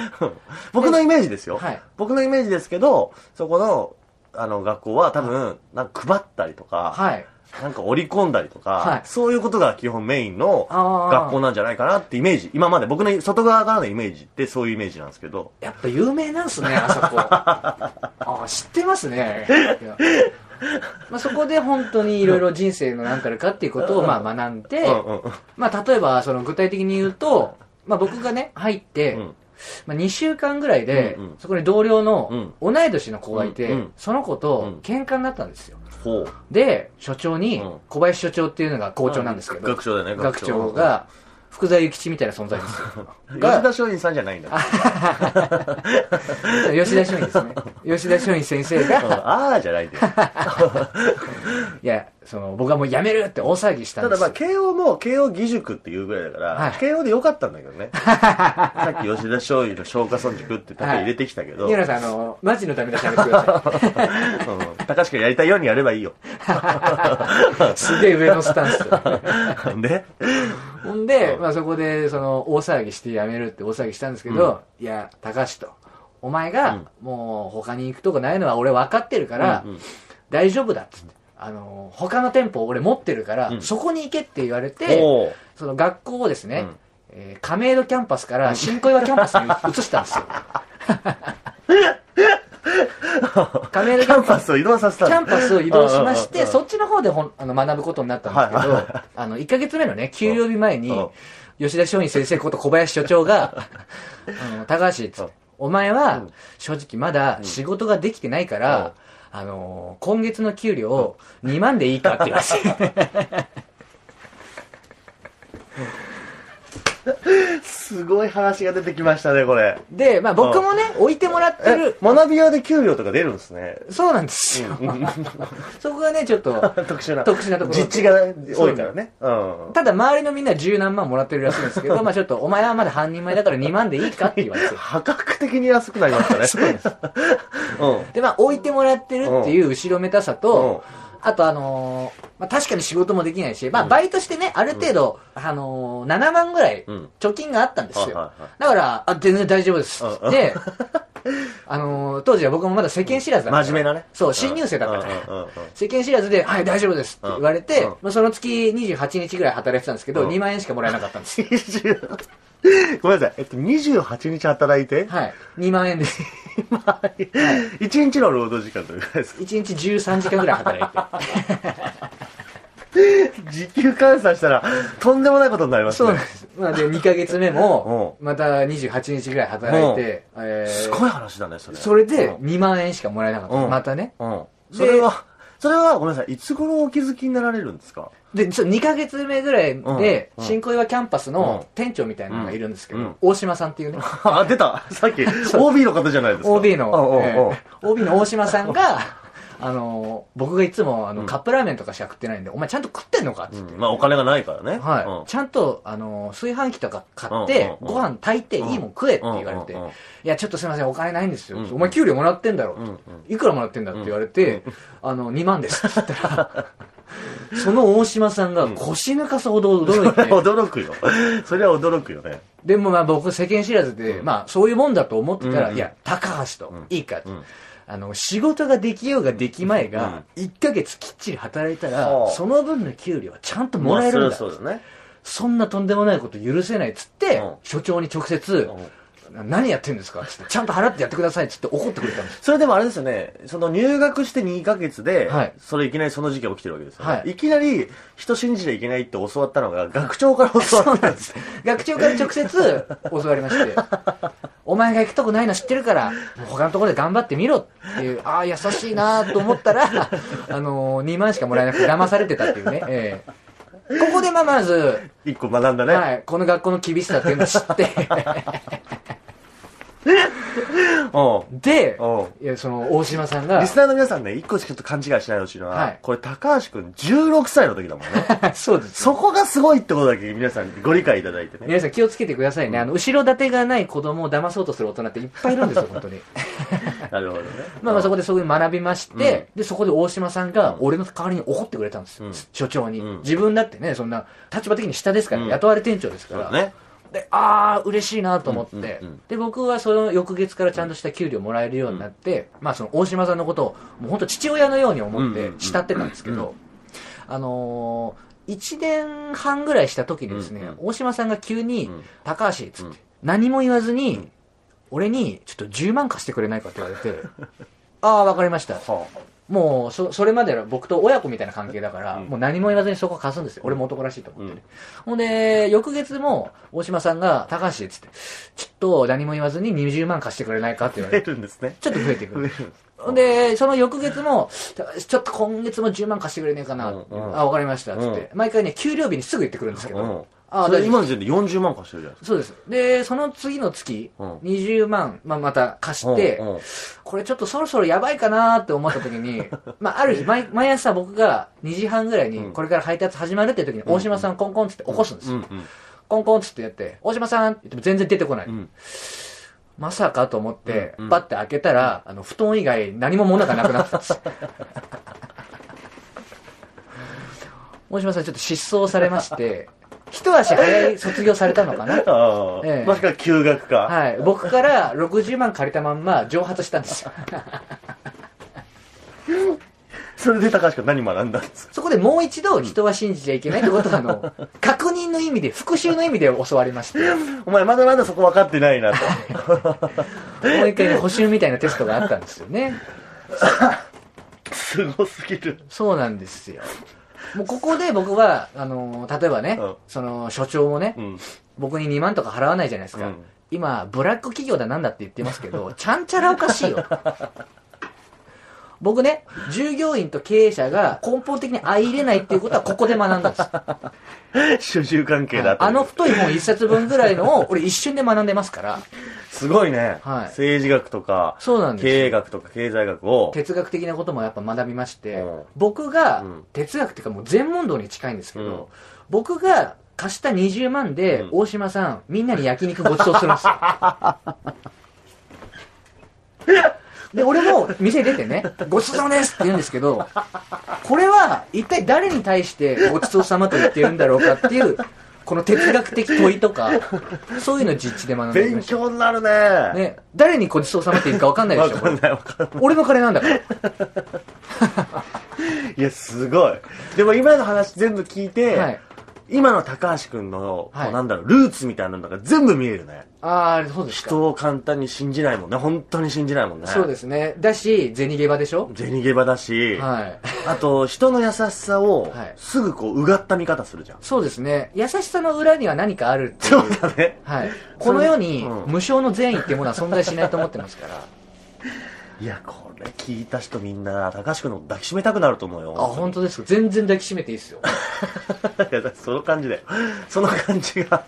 Speaker 2: 僕のイメージですよ、
Speaker 3: はい
Speaker 2: 僕のイメージですけど、そこの、あの、学校は多分、なんか配ったりと
Speaker 3: え。
Speaker 2: か、
Speaker 3: はい。
Speaker 2: なんか織り込んだりとか、
Speaker 3: はい
Speaker 2: そういうことが基本メインの
Speaker 3: あー
Speaker 2: 学校なんじゃないかなってイメージ。今まで僕の外側からのイメージってそういうイメージなんですけど。
Speaker 3: やっぱ有名なんすね、あそ こ。ああ、知ってますね。いやまあ、そこで本当にいろいろ人生の何たるかっていうことをまあ学んで、
Speaker 2: うんうんうん
Speaker 3: まあ、例えばその具体的に言うと、まあ、僕がね入って、
Speaker 2: うん
Speaker 3: まあ、2週間ぐらいで、
Speaker 2: うんうん
Speaker 3: そこに同僚
Speaker 2: う
Speaker 3: の
Speaker 2: ん
Speaker 3: 同い年の子がい
Speaker 2: う
Speaker 3: て、
Speaker 2: んうん
Speaker 3: その子と喧嘩になったんですよ
Speaker 2: ほう。
Speaker 3: で所長に
Speaker 2: うん
Speaker 3: 小林所長っていうのが校長なんですけど、
Speaker 2: 学長だよね、
Speaker 3: 学長。が福沢諭吉みたいな存在で すよ
Speaker 2: 吉田
Speaker 3: が
Speaker 2: 松陰さんじゃないんだ。うん
Speaker 3: 吉田松陰ですね吉田松 陰先生が
Speaker 2: あーじゃないんだよ。
Speaker 3: いやその僕はもうやめるって大騒ぎした
Speaker 2: た
Speaker 3: んで
Speaker 2: だ
Speaker 3: す
Speaker 2: まあ、
Speaker 3: よ
Speaker 2: 慶応も慶応義塾っていうぐらいだから、
Speaker 3: はい
Speaker 2: 慶応でよかったんだけどね。 さっき吉田松陰の昇華村塾って例え入れてきたけど、
Speaker 3: 宮野さんあのマジのためだけやめてくださ
Speaker 2: うん高橋君やりたいようにやればいい よ。
Speaker 3: いすげえ上のスタンス
Speaker 2: で、
Speaker 3: ほんで、まあ、そこでその大騒ぎしてやめるって大騒ぎしたんですけど、いや高橋とお前がもう他に行くとこないのは俺分かってるから、
Speaker 2: うんうん
Speaker 3: 大丈夫だっつって。あの他の店舗俺持ってるから、
Speaker 2: うん
Speaker 3: そこに行けって言われて
Speaker 2: おー
Speaker 3: その学校をですね、
Speaker 2: うん
Speaker 3: えー亀戸キャンパ スから新小岩キャンパスに移したんですよ
Speaker 2: キ
Speaker 3: 亀戸キャ
Speaker 2: ャ
Speaker 3: ン
Speaker 2: ン
Speaker 3: パ
Speaker 2: パ
Speaker 3: ス
Speaker 2: スを移動させた
Speaker 3: キャンパスを移動しまし
Speaker 2: うんうんうんう
Speaker 3: て、
Speaker 2: ん
Speaker 3: そっちの方でほんあの学ぶことになったんですけ
Speaker 2: はい
Speaker 3: ど、あの、1ヶ月目のね、給料日前に
Speaker 2: うんうん、
Speaker 3: 吉田松陰先生こと小林所長が、あの、高橋っつって、お前
Speaker 2: う
Speaker 3: は
Speaker 2: ん、
Speaker 3: 正直まだ仕事ができてないから、あのー今月の給料、2万でいいかって言わ れて。
Speaker 2: すごい話が出てきましたね、これ。
Speaker 3: で、まあ僕もね、置いてもらって
Speaker 2: え
Speaker 3: る、。
Speaker 2: 学び屋で給料とか出るんですね。
Speaker 3: そうなんですよ。そこがね、ちょっと、
Speaker 2: 特殊な。
Speaker 3: 特殊なところ
Speaker 2: 実地が多いからね。うん。
Speaker 3: ただ周りのみんな十何万もらってるらしいんですけ ど、まあちょっと、お前はまだ半人前だから2万でいいかって言われて。
Speaker 2: 破格的に安くなりましたね。 うん。
Speaker 3: で、まあ置いてもらってるっていう後ろめたさと、
Speaker 2: う
Speaker 3: あとあのーまあ確かに仕事もできないし、まあバイトしてね、ある程度、あのー7万ぐらい
Speaker 2: うん
Speaker 3: 貯金があったんですよ。
Speaker 2: はいはいは
Speaker 3: だから、あ、全然大丈夫ですって言 って、あのー当時は僕もまだ世間知らずだから。
Speaker 2: 真面目なね。
Speaker 3: そう、新入生だったから。
Speaker 2: うんうんうん うん
Speaker 3: 世間知らずで、はい、大丈夫ですって言われて、
Speaker 2: うん
Speaker 3: まあ、その月28日ぐらい働いてたんですけど、
Speaker 2: うん
Speaker 3: 2万円しかもらえなかったんですよ。
Speaker 2: 20ごめんなさい。えっと、28日働いて、
Speaker 3: はい。2万 円で、
Speaker 2: 1日の労働時間というかですか。
Speaker 3: 1日13時間ぐらい働いて。
Speaker 2: 時給換算したら、とんでもないことになります
Speaker 3: そう
Speaker 2: ね。
Speaker 3: なんです。まあで、2ヶ月目も、また28日ぐらい働いて、えー
Speaker 2: すごい話だね、それ。
Speaker 3: それで
Speaker 2: うん
Speaker 3: 2万円しかもらえなかった。
Speaker 2: うん
Speaker 3: またね。
Speaker 2: うん。
Speaker 3: で
Speaker 2: それは、それはごめんなさい。いつ頃お気づきになられるんです か
Speaker 3: で、ちょ2ヶ月目ぐらいで、
Speaker 2: うん
Speaker 3: 新小岩キャンパス
Speaker 2: う
Speaker 3: の
Speaker 2: ん
Speaker 3: 店長みたいなのがいるんですけど、
Speaker 2: うん
Speaker 3: 大島さん っていうね、
Speaker 2: あ、出たさっき、OB の方じゃないですか。
Speaker 3: OB の、え
Speaker 2: うんうんうん
Speaker 3: ー OB の大島さんが、あのー、僕がいつもあの
Speaker 2: うん
Speaker 3: カップラーメンとかしか食ってないんで、お前ちゃんと食ってんのかって言って。
Speaker 2: うんまあ、お金がないからね。
Speaker 3: はい、
Speaker 2: うん
Speaker 3: ちゃんと、あのー炊飯器とか買って、
Speaker 2: うんうんうん
Speaker 3: ご飯炊いて、いいもん食えって言われて、
Speaker 2: うんうんうん
Speaker 3: いや、ちょっとすいません、お金ないんですよ。
Speaker 2: うん
Speaker 3: お前給料もらってんだろ、
Speaker 2: うんうん
Speaker 3: いくらもらってんだって言われて、あの、2万ですって言ったら、その大島さんが腰抜かすほど驚 いて、
Speaker 2: 驚くよ。それは驚くよね。
Speaker 3: でもまあ僕世間知らずで、まあそういうもんだと思ってたら、
Speaker 2: うん
Speaker 3: いや、高橋と、いいかと、
Speaker 2: うん
Speaker 3: あの、仕事ができようができまいが、1ヶ月きっちり働いたら、
Speaker 2: はあ
Speaker 3: その分の給料はちゃんともらえるんだ。
Speaker 2: まあそりゃそうだね。
Speaker 3: そんなとんでもないこと許せないっつって、
Speaker 2: うん
Speaker 3: 所長に直接、な何やってんですかっつって、ちゃんと払ってやってくださいっつって怒ってくれたんです。
Speaker 2: それでもあれですよね、その入学して2ヶ月で、
Speaker 3: はい
Speaker 2: それいきなりその事件起きてるわけですよね。
Speaker 3: はい
Speaker 2: い、きなり人信じちゃいけないって教わったのが、学長から 教
Speaker 3: そ
Speaker 2: わ
Speaker 3: う
Speaker 2: っ
Speaker 3: な
Speaker 2: た
Speaker 3: んです。学長から直接教わりまして、お前が行くとこないの知ってるから、もう他のところで頑張ってみろっていう、ああ、優しいなと思ったら、 あのー、2万しかもらえなくて騙されてたっていうね。ええここでまあまず、
Speaker 2: 一個学んだね。
Speaker 3: はい、この学校の厳しさっていうのを知 って、
Speaker 2: う
Speaker 3: で
Speaker 2: おう、
Speaker 3: いやその大島さん
Speaker 2: ん。
Speaker 3: が
Speaker 2: リ、スナーの皆さんね、一個しかちょっと勘違いしないでほしいのは、
Speaker 3: はい
Speaker 2: これ高橋くん16歳の時だもんね。
Speaker 3: そうです。
Speaker 2: そこがすごいってことだけ皆さんご理解いただいてね。
Speaker 3: 皆さん気をつけてくださいね。あの、後ろ盾がない子供を騙そうとする大人っていっぱいいるんですよ、本当に。
Speaker 2: なるほどね。
Speaker 3: まあまあそこでそういう学びまして、で、そこで大島さんが俺の代わりに怒ってくれたんですよ。
Speaker 2: うん
Speaker 3: 所長に、
Speaker 2: うん
Speaker 3: 自分だってね、そんな、立場的に下ですから、
Speaker 2: うん
Speaker 3: 雇われ店長ですか
Speaker 2: そうだ
Speaker 3: ら。
Speaker 2: ね。
Speaker 3: で、あー、嬉しいなと思って、
Speaker 2: うんうんうん
Speaker 3: で、僕はその翌月からちゃんとした給料もらえるようになって、まあその大島さんのことを、もう本当父親のように思っ
Speaker 2: うんう
Speaker 3: て
Speaker 2: んうん
Speaker 3: 慕ってたんですけど、あのー、1年半ぐらいした時にですね、
Speaker 2: うんうん
Speaker 3: 大島さんが急に、
Speaker 2: うん
Speaker 3: 高橋っつって、
Speaker 2: うん
Speaker 3: 何も言わずに、俺にちょっと10万貸してくれないかって言われて ああ分かりました
Speaker 2: はあ
Speaker 3: もうそそれまでの僕と親子みたいな関係だから、
Speaker 2: うん
Speaker 3: もう何も言わずにそこ貸すんですよ俺も男らしいと思ってね、ほんで翌月も大島さんが「高橋」っつって「ちょっと何も言わずに20万貸してくれないか」って言わ
Speaker 2: 増え
Speaker 3: れて
Speaker 2: るんですね。
Speaker 3: ちょっと増えてく
Speaker 2: 増え
Speaker 3: る
Speaker 2: るんです。
Speaker 3: ほんでその翌月も「高橋ちょっと今月も10万貸してくれねえかな」
Speaker 2: うんうん
Speaker 3: あ分かりました」っつって、毎回ね給料日にすぐ言ってくるんですけど、
Speaker 2: うん。
Speaker 3: ああ
Speaker 2: それ
Speaker 3: 大丈夫
Speaker 2: 今の時点で40万貸してるじゃないです
Speaker 3: そうです。で、その次の月、
Speaker 2: うん
Speaker 3: 20万、まあ、また貸
Speaker 2: か。
Speaker 3: して、
Speaker 2: うんうん
Speaker 3: これちょっとそろそろやばいかなって思った時 に、まあ、ある日毎、毎朝僕が2時半ぐらいに、
Speaker 2: うん
Speaker 3: これから配達始まるって時に、大島さんコンコンつって起こすんです
Speaker 2: う
Speaker 3: よ。
Speaker 2: んうん。
Speaker 3: コンコンつってやって、大島さんって言っても全然出てこない。
Speaker 2: うん
Speaker 3: まさかと思って
Speaker 2: うんう、ん
Speaker 3: パッて開けたら、あの、布団以外何も物がなくなってたんですよ。 大島さんちょっと失踪されまして、一足早い卒業されたのかな
Speaker 2: ああ、
Speaker 3: ええ
Speaker 2: まさか休学か。
Speaker 3: はい、僕から60万借りたまんま蒸発したん ですよ
Speaker 2: それで高橋君何学んだんですか
Speaker 3: そこでもう一度人は信じちゃいけないってことは あの確認の意味で復讐の意味で教わりましても
Speaker 2: お前まだまだそこ分かってないなと。
Speaker 3: う一回ね補習みたいなテストがあったんですよね
Speaker 2: すごすぎる。
Speaker 3: そうなんですよもうここで僕は、あのー例えばね、
Speaker 2: うん
Speaker 3: その所長もね、
Speaker 2: うん。
Speaker 3: 僕に2万とか払わないじゃないですか。
Speaker 2: うん
Speaker 3: 今、ブラック企業だなんだって言ってますけど、ちゃんちゃらおかしいよ。僕ね、従業員と経営者が根本的に相入れないっていうことはここで学んだんです。
Speaker 2: 主従関係だという。
Speaker 3: あの太い本一冊分ぐらいのを俺一瞬で学んでますから、
Speaker 2: すごいね。
Speaker 3: はい
Speaker 2: 政治学とか、
Speaker 3: そうなんです よ
Speaker 2: 経営学とか経済学を、
Speaker 3: 哲学的なこともやっぱ学びまして
Speaker 2: うん、
Speaker 3: 僕が
Speaker 2: うん、
Speaker 3: 哲学っていうかもう全問答に近いんですけ
Speaker 2: うん
Speaker 3: ど、僕が貸した20万で
Speaker 2: うん、
Speaker 3: 大島さん、みんなに焼肉ごちそうするんで すよ。で、俺も店出てね、ごちそうさまですって言うんですけど、これは一体誰に対してごちそうさまと言ってるんだろうかっていう、この哲学的問いとか、そういうの実地で学んでき
Speaker 2: 勉
Speaker 3: まし
Speaker 2: 強になるね。
Speaker 3: た。ね、誰にごちそうさまって言うか分かんないで
Speaker 2: わ
Speaker 3: しょ、こ
Speaker 2: か
Speaker 3: れ
Speaker 2: んないわかんな
Speaker 3: 俺の金なんだから。
Speaker 2: い。いや、すごい。でも今の話全部聞いて、
Speaker 3: はい。
Speaker 2: 今の高橋くんの、こう
Speaker 3: はい
Speaker 2: なんだろう、ルーツみたいなのが全部見えるね。
Speaker 3: ああ、そうですか。
Speaker 2: 人を簡単に信じないもんね。本当に信じないもんね。。
Speaker 3: そうですすね。だし、銭ゲバでしょ
Speaker 2: 銭ゲバだし、
Speaker 3: はい。
Speaker 2: あと、人の優しさを
Speaker 3: はい、
Speaker 2: すぐこう、うがった見方するじゃん。
Speaker 3: そうですね。優しさの裏には何かあるってい
Speaker 2: そう
Speaker 3: う。
Speaker 2: だね。
Speaker 3: はい。この世に
Speaker 2: うん
Speaker 3: 無償の善意っていうものは存在しないと思ってま すから。
Speaker 2: いや、これ聞いた人みんな、高橋くんのこと抱きしめたくなると思うよ。
Speaker 3: あ、本当ですか。全然抱きしめていいですよ。
Speaker 2: いやだってその感じだよ。 その感じが、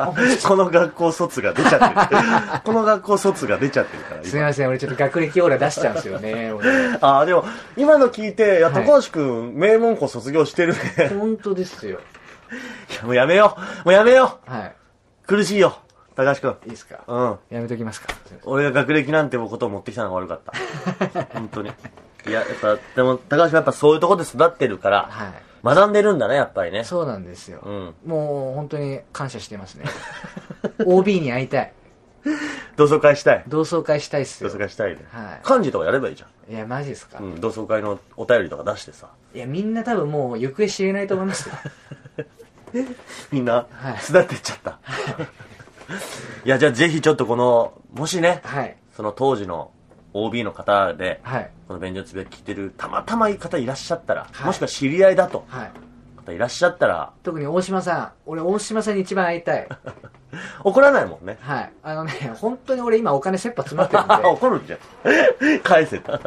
Speaker 2: この学校卒が出ち ゃってる。この学校卒が出ちゃってるから、
Speaker 3: す
Speaker 2: 今
Speaker 3: みません、俺ちょっと学歴オーラ出しちゃうんですよね。俺
Speaker 2: ああ、でも、今の聞いて、いや、
Speaker 3: はい
Speaker 2: 高橋くん、名門校卒業 してるね。
Speaker 3: 本当ですよ。
Speaker 2: いや、もうやめよう。もうやめよ
Speaker 3: はい。
Speaker 2: う。苦しいよ。高橋くん。
Speaker 3: いいですか。
Speaker 2: うん。
Speaker 3: やめときますか。すいません
Speaker 2: 俺が学歴なんてことを持ってきたのが悪かった。本当に。いや、やっぱ、でも、高橋はやっぱそういうとこで育ってるから、
Speaker 3: は
Speaker 2: 学んでるんだね、やっぱりね
Speaker 3: い。。そうなんですよ。
Speaker 2: うん。
Speaker 3: もう本当に感謝してますね。OB に会いたい。
Speaker 2: 同窓会したい。
Speaker 3: 同窓会したいっす
Speaker 2: 同
Speaker 3: よ。
Speaker 2: 窓会したいね。
Speaker 3: はい
Speaker 2: 漢字とかやればいいじゃ
Speaker 3: いや、マジですか。
Speaker 2: ん。うん、同窓会のお便りとか出してさ。
Speaker 3: いや、みんな多分もう行方知れないと思 いますよ。
Speaker 2: みんな
Speaker 3: はい、
Speaker 2: 巣立ってっちゃ った。いや、じゃあぜひちょっとこの、もしね、
Speaker 3: はい。
Speaker 2: その当時の OB の方で、
Speaker 3: はい。
Speaker 2: この便所つぶやき聞いてる、たまたまいい方いらっしゃったら、
Speaker 3: はい
Speaker 2: もしくは知り合いだと、
Speaker 3: はい。
Speaker 2: 方いらっしゃったら、
Speaker 3: 特に大島さん。俺、大島さんに一番会いたい。
Speaker 2: 怒らないもんね。
Speaker 3: はい。あのね、本当に俺今お金切羽詰ま って
Speaker 2: 怒るんじゃ ん。返せた。
Speaker 3: るん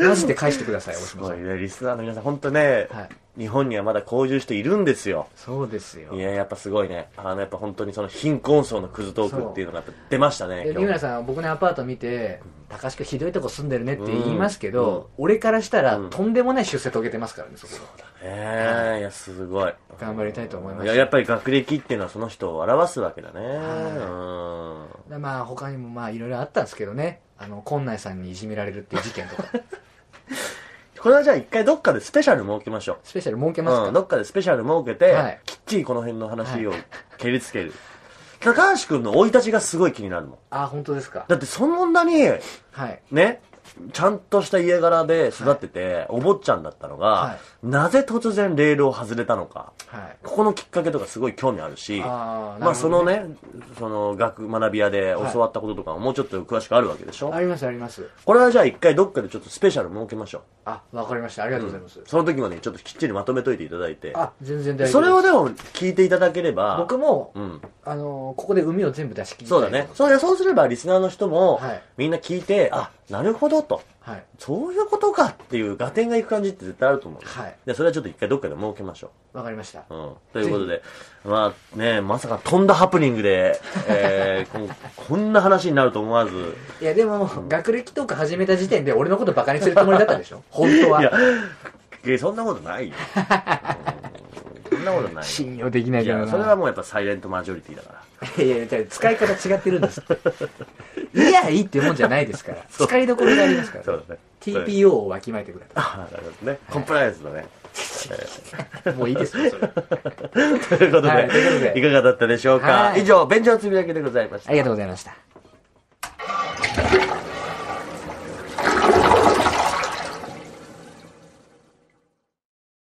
Speaker 3: で、マジで返してください、大
Speaker 2: す
Speaker 3: 島
Speaker 2: ご
Speaker 3: さん。
Speaker 2: いね、リスナーの皆さん、本当ね、
Speaker 3: はい
Speaker 2: 日本にはまだこういう人いるんですよ。
Speaker 3: そうですよ
Speaker 2: い。や、やっぱすごいね。あの、やっぱ本当にその貧困層のクズトークっていうのがやっぱ出ましたね、
Speaker 3: で、
Speaker 2: 今
Speaker 3: 三村
Speaker 2: 日。
Speaker 3: さん、僕のアパート見て、高橋君ひどいとこ住んでるねって言いますけど、俺からしたら、とんでもない出世遂げてますからね、そこ
Speaker 2: ええいや、すごい。
Speaker 3: 頑張りたいと思いま
Speaker 2: い
Speaker 3: す。
Speaker 2: ややっぱり学歴っていうのはその人を表すわけだね、
Speaker 3: でまあ、他にもまあ、いろいろあったんですけどね。あの、近内さんにいじめられるっていう事 件とか。
Speaker 2: うんこれはじゃあ一回どっかでスペシャル設けましょ
Speaker 3: スペシャル設け
Speaker 2: う、
Speaker 3: ます
Speaker 2: うん
Speaker 3: か
Speaker 2: どっかでスペシャル設けて、
Speaker 3: はい
Speaker 2: きっちりこの辺の話を蹴りつける、高橋君の生い立ちがすごい気になるもん
Speaker 3: あ、本当ですか。
Speaker 2: だってそんなに
Speaker 3: はい。
Speaker 2: ねちゃんとした家柄で育ってて、お坊ちゃんだったのが、
Speaker 3: は
Speaker 2: なぜ突然レールを外れたのか
Speaker 3: はい。
Speaker 2: ここのきっかけとかすごい興味あるし
Speaker 3: あー
Speaker 2: まあ、その
Speaker 3: なる
Speaker 2: ねその学学び屋で教わったこととかももうちょっと詳しくあるわけでしょ、
Speaker 3: ほどねありますあります
Speaker 2: これはじゃあ一回どっかでちょっとスペシャル設けましょ
Speaker 3: あわかりましたありがとうございます、
Speaker 2: うその時までにちょっときっちりまとめといていただいて
Speaker 3: あ全然大丈夫
Speaker 2: それを
Speaker 3: ね
Speaker 2: でも聞いていただければ
Speaker 3: 僕も、
Speaker 2: うん
Speaker 3: あのーここで海を全部出し切りた
Speaker 2: そ
Speaker 3: い
Speaker 2: だ
Speaker 3: う
Speaker 2: ねそういやそうすればリスナーの人も、
Speaker 3: はい
Speaker 2: みんな聞いてあなるほどと
Speaker 3: はい
Speaker 2: そういうことかっていう合点がいく感じって絶対あると思う、
Speaker 3: はい
Speaker 2: でそれはちょっと一回どっかで設けましょ
Speaker 3: わかりました
Speaker 2: う、うん、ということでまあねまさか飛んだハプニングで、 えー、こんこんな話になると思わ ず
Speaker 3: いやでも、学歴とか始めた時点で俺のことバカにするつもりだったでしょ 本当
Speaker 2: いや
Speaker 3: は
Speaker 2: えそんなことないようんそんなことないよ
Speaker 3: 信用できない
Speaker 2: い
Speaker 3: から
Speaker 2: や
Speaker 3: な
Speaker 2: それはもうやっぱサイレントマジョリティだから
Speaker 3: いやいやいや使い方違ってるん ですっていやいいってもんじゃないですから使いどころがありますから、
Speaker 2: だね
Speaker 3: TPO をわきまえてくれた
Speaker 2: ああなるほどねコンプライアンスだ ね
Speaker 3: もういいですよ そ
Speaker 2: と
Speaker 3: れ
Speaker 2: いうことで,、
Speaker 3: はい
Speaker 2: い、
Speaker 3: ということで
Speaker 2: かがだったでしょうか、
Speaker 3: はい
Speaker 2: 以上便所のつぶやきでございました
Speaker 3: ありがとうございました